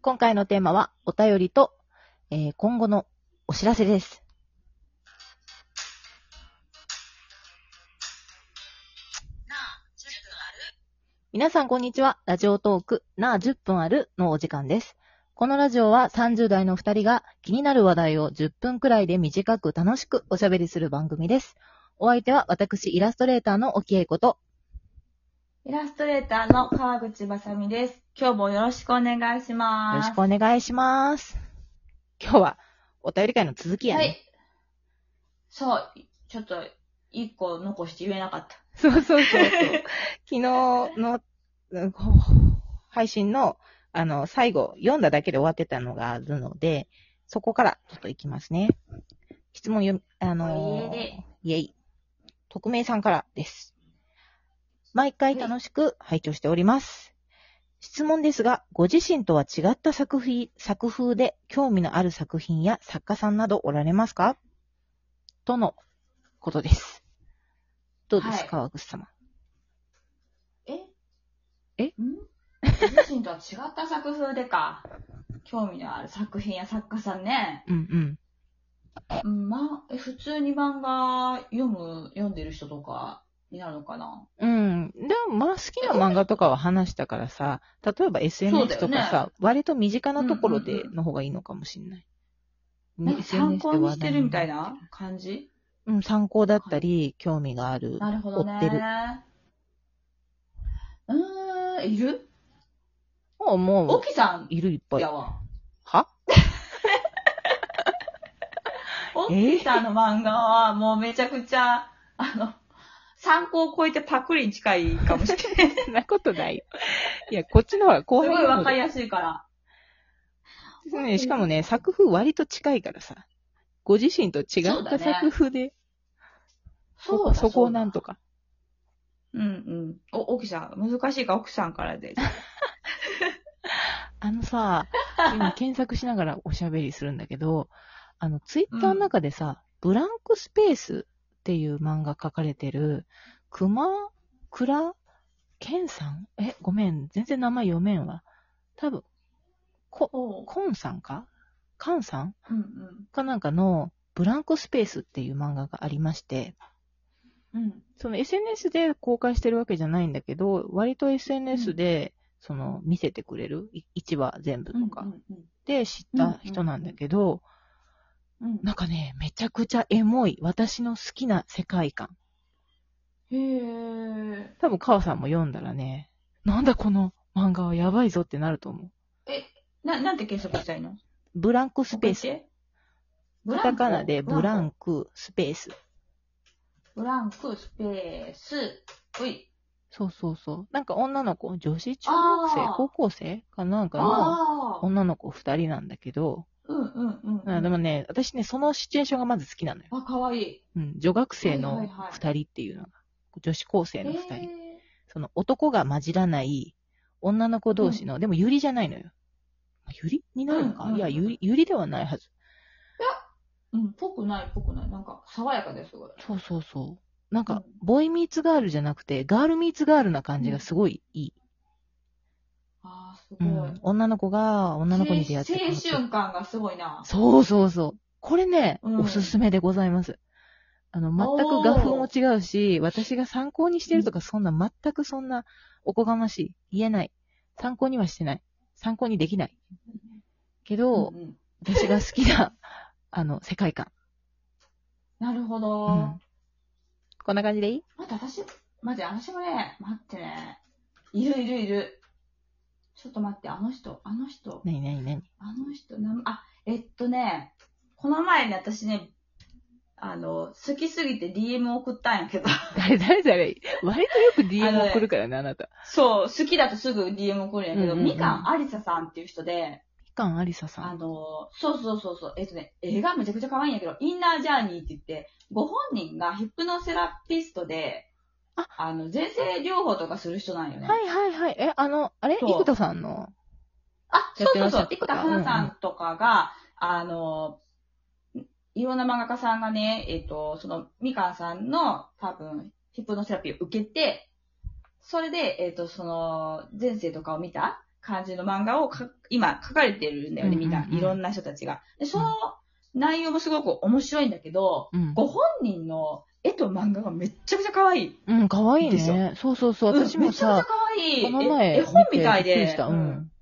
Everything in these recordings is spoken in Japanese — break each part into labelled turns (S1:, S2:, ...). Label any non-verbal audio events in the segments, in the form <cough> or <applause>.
S1: 今回のテーマはお便りと、えー今後のお知らせです。
S2: なあ、10分ある
S1: 皆さんこんにちは。ラジオトーク、なあ10分あるのお時間です。このラジオは30代の2人が気になる話題を10分くらいで短く楽しくおしゃべりする番組です。お相手は私、イラストレーターの沖恵子と、
S3: イラストレーターの川口ばさみです。今日もよろしくお願いし
S1: よ
S3: ま
S1: ろ
S3: す。
S1: しくお願いします。今日はお便り会の続きやね。
S3: はい。そう、ちょっと、一個残して言えなかった。
S1: そうそうそうそう。 <laughs> 昨日のうんこう配信の、あの、最後、読んだだけで終わってたのがあるので、そこからちょっといきますね。質問読み、あのー
S3: イエ
S1: イエイ。匿名さんからです。毎回楽しく拝聴しております。質問ですが、ご自身とは違った作品、作風で興味のある作品や作家さんなどおられますかとのことです。どうです
S3: はい
S1: か、川口様。
S3: え
S1: え
S3: ん自身とは違った作風でか。興味のある作品や作家さんね。
S1: うんうん。
S3: うん、ま、え普通に漫画読む、読んでる人とかになるのかな
S1: うん。でも、まあ、好きな漫画とかは話したからさ、例えば SNS とか
S3: そうだ
S1: さ、割と身近なところ
S3: うんう
S1: で
S3: んうん
S1: の方がいいのかもしれない。
S3: なんか参考にしてるみたい
S1: な。
S3: な感じ
S1: うん、参考だったり、興味がある。
S3: なるほど
S1: 追ってる
S3: ね。うーん、いる
S1: もう、もう
S3: 沖さん、
S1: いるいっぱい
S3: や。わ。
S1: は
S3: オッキーさんの漫画はもうめちゃくちゃ、あの、 <laughs> 参考を超えてパクリに近いかもし
S1: <laughs>
S3: れない。
S1: そんなことないよ。いや、こっちの方が後
S3: す
S1: 輩
S3: ごいわかり
S1: や
S3: やすいから。
S1: すい、ね。しかもね、作風割と近いからさ、ご自身と違
S3: そう
S1: った
S3: だね
S1: 作風で、そ
S3: そう
S1: こ
S3: だ
S1: そこをなんと
S3: か。
S1: か。
S3: うんうん。お、オキさん、難しいから奥さんからで。
S1: <laughs> あの
S3: <laughs>
S1: さ、今検索しながらおしゃべりするんだけど、あの、ツイッターの中でさ、ブランクスペースっていう漫画書かれてる、熊倉健さんえ、ごめん、全然名前読めんわ。多分、こ、
S3: おう。
S1: コンさんかカンさん
S3: うん
S1: かなんかの、ブランクスペースっていう漫画がありまして、
S3: うん。うん。
S1: その SNS で公開してるわけじゃないんだけど、割と SNS で、その、見せてくれる、い1話全部とか。
S3: うんうん
S1: で知った人なんだけど、
S3: うん。
S1: なんかね、めちゃくちゃエモい、私の好きな世界観。
S3: うん。へ
S1: 多分、川さんも読んだらね、なんだこの漫画はやばいぞってなると思う。
S3: ー。な、なんて検索したいの
S1: ブランクスペース。
S3: ス。ブ
S1: カ
S3: ラン
S1: タ
S3: ク
S1: カナでブランクスペース。
S3: ブランク、スペース。おい。
S1: そうそうそう。なんか女の子、女子中学生
S3: あ、ー
S1: 高校生かなんかの
S3: ああ。
S1: 女の子二人なんだけど、
S3: うんうんうんうん。
S1: あでもね、私ね、そのシチュエーションがまず好きなのよ。
S3: あ、かわいい。
S1: うん、女学生
S3: は
S1: の
S3: いはいはい
S1: 二人っていうのが、女子高生の二人。
S3: へー
S1: その男が混じらない女の子同士の、でもユリじゃないのよ。あユリになるのか、
S3: うんうんうん
S1: いや、ユリ、ユリではないはず。
S3: うん、ぽくない、ぽくない。なんか、爽やかですごい。
S1: そうそうそう。なんか、
S3: う
S1: ボーイミーツガールじゃなくて、ガールミーツガールな感じがすごいいい。
S3: ああ、す
S1: う
S3: ごい。
S1: ん。女の子が女の子に出会って
S3: 青
S1: 楽しい
S3: 青春感がすごいな。
S1: そうそうそう。これね、
S3: うん
S1: おすすめでございます。あの、全く画風も違うし、私が参考にしてるとか、そんな、全くそんな、おこがましい。言えない。参考にはしてない。参考にできない。けど、
S3: んん
S1: 私が好きな、 <laughs> あの、世界観。
S3: なるほど。
S1: うんこんな感じでいい
S3: 待って、私、待って、私もね、待ってね。いるいるいる。ちょっと待って、あの人、あの人、
S1: なになになに
S3: あの人、なんあ、えっとね、この前ね、私ね、あの、好きすぎて DM 送ったんや
S1: <laughs>
S3: けど。
S1: <laughs> 誰誰誰割とよく
S3: あの
S1: DM
S3: ね
S1: 送るからね、あなた。
S3: そう、好きだとすぐ DM 送るんやけど、
S1: うんうんうん
S3: みかんありささんっていう人で、
S1: みかんありささ
S3: あ
S1: ん。
S3: の、そうそうそうそう、えっとね、映画めちゃくちゃ可愛いんやけど、インナージャーニーって言って、ご本人がヒップノセラピストで、
S1: あ
S3: あの、前世療法とかする人なんよね。
S1: はいはいはい。え、あの、あれ
S3: そう
S1: 生田さんの。
S3: あ、そ
S1: やっ
S3: う
S1: てら
S3: そ
S1: っし
S3: う
S1: ゃ
S3: そ
S1: った
S3: う、生田花さんとかが、あの、いろんな漫画家さんがね、えっと、その、みかんさんの、多分、ヒップノセラピーを受けて、それで、えっと、その、前世とかを見た感じの漫画をか今書かれてるんだよね、み
S1: う
S3: ん
S1: ん
S3: な
S1: う。んうん
S3: いろんな人たちが。で、その内容もすごく面白いんだけど、
S1: うん。
S3: ご本人の絵と漫画がめっちゃくちゃ可愛い。
S1: うん、かわいい
S3: です
S1: ね。そうそうそう。私
S3: うん
S1: も
S3: めちゃ
S1: さ
S3: くちゃ、可愛い。
S1: この
S3: え
S1: 前、
S3: 絵本みたい
S1: 見てびっくり
S3: で
S1: し。た。う
S3: うん
S1: ん。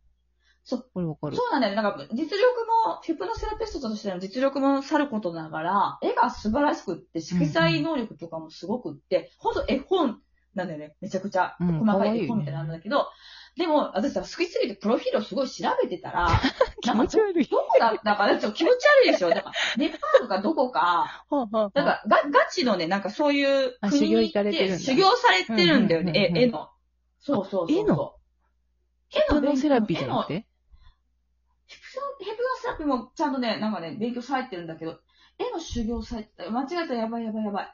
S3: そう。
S1: これわかる。
S3: そうなんだよね。なんか、実力も、ヒプノセラピストとしての実力もさることながら、絵が素晴らしくって、色彩能力とかもすごくって、ほんと絵本なんだよね。めちゃくちゃ。
S1: うん
S3: 細か
S1: 可愛いよ
S3: い
S1: ね
S3: 絵本みたいなのなんだけど、でも、私さ、好きすぎてプロフィールをすごい調べてたら、
S1: 気持ち悪い。
S3: どこだったか、ちょっと気持ち悪いでしょ。なんか、ネパールかどこか、
S1: はあはあ
S3: なんか、が、ガチのね、なんかそういう
S1: あ
S3: 国に
S1: 修行
S3: 行って
S1: 行かれてるんだ
S3: 修行されてるんだよね、
S1: うんうんうんうん
S3: 絵絵の。そうそうそうそう。
S1: 絵のヒ
S3: 絵の
S1: プノセラピーじゃ
S3: 絵の
S1: なくて
S3: ヘプヘプノセラピーもちゃんとね、なんかね、勉強されてるんだけど、絵の修行されて、間違えたらやばいやばいやばい。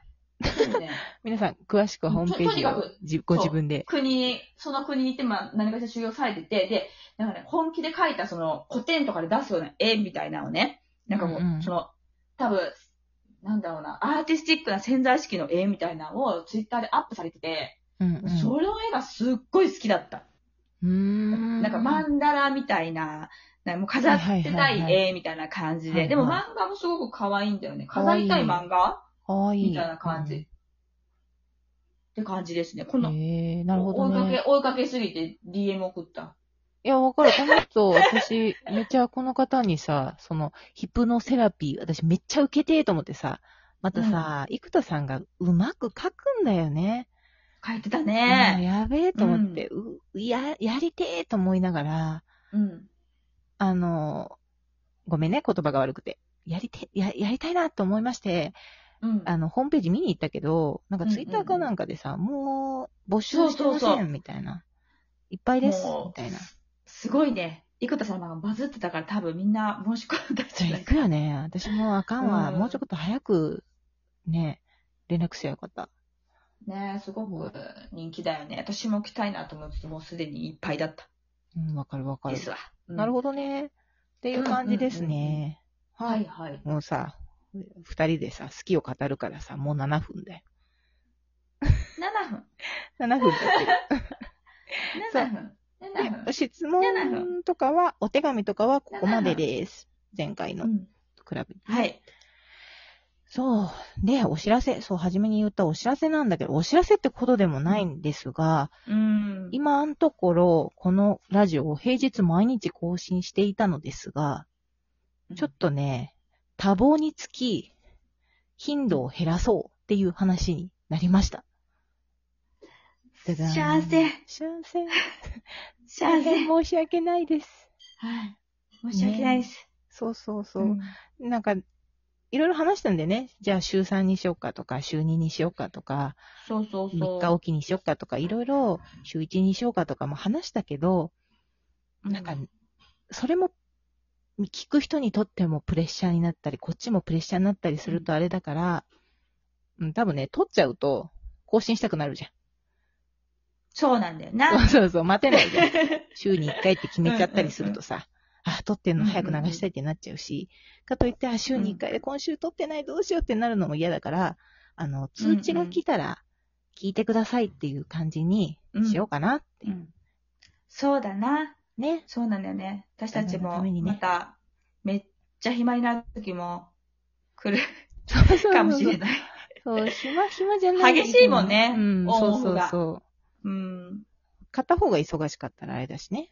S1: <laughs>
S3: でもね、
S1: 皆さん、詳しくはホームページ
S3: ととに
S1: を
S3: かく
S1: じご自分で。
S3: 国、その国に行って、まあ、何かしら修行されてて、で、なんかね、本気で描いたその古典とかで出すような絵みたいなのをね、なんかこう、
S1: うんうん
S3: その、多分、なんだろうな、アーティスティックな潜在意識の絵みたいなのをツイッターでアップされてて、
S1: うんうん
S3: それの絵がすっごい好きだった。
S1: うーん。
S3: なんかマンダラみたいな、なんかもう飾って
S1: は
S3: な
S1: は
S3: い
S1: いいはいはい
S3: 絵みたいな感じ
S1: はいは
S3: で。
S1: い
S3: でも漫画もすごく可愛いんだよね。
S1: 可愛
S3: 飾
S1: い
S3: りたい漫画
S1: かわいい。
S3: みたいな感じ。って感じですね。こ
S1: うん。
S3: の、
S1: へえ、なるほ
S3: 追
S1: ど
S3: いか
S1: ね。
S3: け、追いかけすぎて DM 送った。
S1: いや、わかる。この人、私、めっちゃこの方にさ、その、ヒプノセラピー、私めっちゃ受けてーと思ってさ、またさ、生田さんがうまく書くんだよね。
S3: 書いて
S1: あ
S3: たね。
S1: やべえと思って、うや、やりてーと思いながら、
S3: うん。
S1: あの、ごめんね、言葉が悪くて。やりて、や、やりたいなと思いまして、
S3: うん。
S1: あの、ホームページ見に行ったけど、なんかツイッターかなんかでさ、もう、募集してま
S3: そうそう
S1: せ
S3: そ
S1: ん、みたいな。いっぱいです、みたいな。
S3: すごいね。生田様がバズってたから多分みんな申し込んだん
S1: じ
S3: じ
S1: ゃ
S3: ゃ
S1: あ
S3: な
S1: 行
S3: い
S1: く
S3: か。
S1: よね。私もあかんわ。
S3: うん
S1: もうちょっと早く、ね、連絡せよかった。
S3: ねすごく人気だよね。私も来たいなと思っててもうすでにいっぱいだった。
S1: うん、わかるわか
S3: で
S1: る。
S3: すわ。
S1: なる
S3: ほ
S1: ほどね。っていう感じですね。
S3: ど。はい。はい。
S1: もうさ、二人でさ、好きを語るからさ、もう7分だよ。
S3: 7分。
S1: 7分だってる。
S3: 7分。7分
S1: で。
S3: <laughs>
S1: 質問とかは、お手紙とかはここまでです。前回の
S3: う
S1: と
S3: ん
S1: 比べて。
S3: はい。
S1: そう。で、お知らせ。そう、初めに言ったお知らせなんだけど、お知らせってことでもないんですが、
S3: うん。
S1: 今のところ、このラジオを平日毎日更新していたのですが、ちょっとね、多忙につき、頻度を減らそうっていう話になりました。じゃじゃーん
S3: 幸せ。
S1: 幸せ。
S3: 幸せ。は
S1: 申し訳ないです。
S3: い。申し訳ないです。
S1: そうそうそうう。
S3: ん
S1: なんか、いろいろ話したんでね、じゃあ週3にしようかとか、週2にしようかとか、
S3: そうそう
S1: 3
S3: そ
S1: 日おきにしようかとか、いろいろ週1にしようかとかも話したけど、
S3: う。
S1: なんか、それも、聞く人にとってもプレッシャーになったり、こっちもプレッシャーになったりするとあれだから、うん、多分ね、取っちゃうと、更新したくなるじ
S3: そうなんだよ
S1: ゃん。 <laughs>
S3: な。
S1: そうそうそう、待てないじ <laughs> ゃん。週に1回って決めちゃったりするとさ、あ、撮ってんの早く流したいってなっちゃうし、かといって、あ、週に1回で今週撮ってないどうしようってなるのも嫌だから、あの、通知が来たら、聞いてくださいっていう感じにしようかなって
S3: う。んそうだな。
S1: ね。
S3: そうなんだよね。私たち
S1: お互いのた
S3: も、
S1: めにね
S3: また、めっちゃ暇になる時も来る
S1: <laughs> そうそう
S3: かもしれない。
S1: そう、暇暇じゃない。
S3: 激しいもんね
S1: うん、
S3: オン
S1: そう
S3: オ
S1: そ
S3: フ
S1: う
S3: が
S1: そう。
S3: うん。
S1: 片方が忙しかったらあれだしね。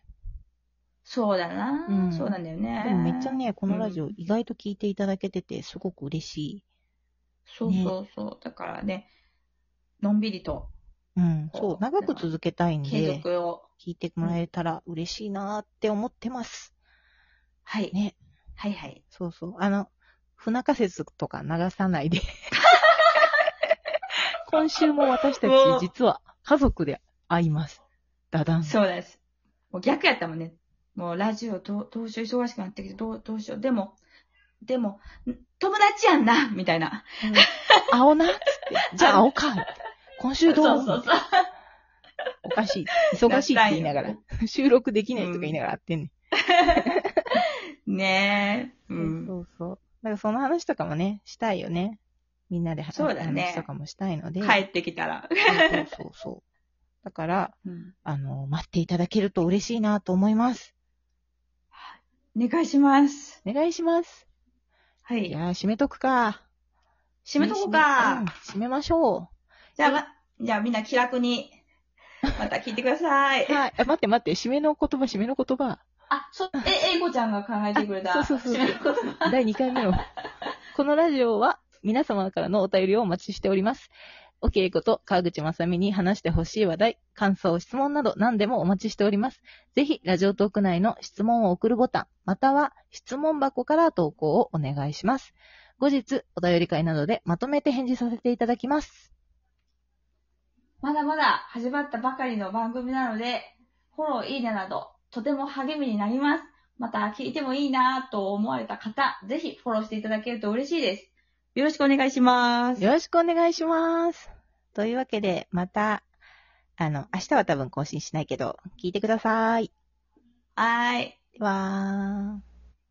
S3: そうだな
S1: う。ん
S3: そうなんだよね
S1: で。もめっちゃね、このラジ
S3: う
S1: オ
S3: ん
S1: 意外と聞いていただけてて、すごく嬉しい。
S3: そうそうそう。だからね、のんびりと
S1: うん、
S3: そう
S1: そう、長く続けたいん
S3: 継
S1: で、
S3: 続を。
S1: 聞いてもらえたら嬉しいなーって思ってます。
S3: はい。
S1: ね。
S3: はいはい。
S1: そうそう。あの、不仲説とか流さない
S3: <laughs>
S1: で。今週も私たち
S3: もう
S1: 実は家族で会います。ダダン。
S3: そうです。もう逆やったもんね。もうラジオどうどうしよう忙しくなってきてどうどうしよう。でも、でも、ん友達やんなみたいな。
S1: うん会おうなっつって。じゃあ会おうかって。今週どう
S3: そうそうそう。
S1: おかしい。忙しいって言いながら。 <laughs> 収録できないとか言いながら会ってんね、。
S3: ねえ。うんん。
S1: そうそう。だからその話とかもね、したいよね。みんなで話
S3: そうだね
S1: 話とかもしたいので。
S3: 帰。ってきたら。
S1: そうそうそう。だから、
S3: うん。
S1: あの、待っていただけると嬉しいなと思います。
S3: お願いします。
S1: お願いします。
S3: はいい。
S1: やー、締めとくか。
S3: 締めとこうか。
S1: うん締めましょ
S3: じゃあ、ま、じゃあみんな気楽に、また聞いてください。
S1: う。はい。あ待って待って、締めの言葉、締めの言葉。
S3: あ、そ、え、英語ちゃんが考えてくれた。
S1: あそうそうそう
S3: 締めの言葉
S1: 第2回目の。このラジオは皆様からのお便りをお待ちしております。お稽古と川口正美に話してほしい話題、感想、質問など何でもお待ちしております。ぜひ、ラジオトーク内の質問を送るボタン、または質問箱から投稿をお願いします。後日、お便り会などでまとめて返事させていただきます。
S3: まだまだ始まったばかりの番組なので、フォロー、いいねなど、とても励みになります。また聞いてもいいなぁと思われた方、ぜひフォローしていただけると嬉しいです。よろしくお願いします。
S1: よろしくお願いします。というわけで、また、あの、明日は多分更新しないけど、聞いてください。
S3: はーい。
S1: ではー。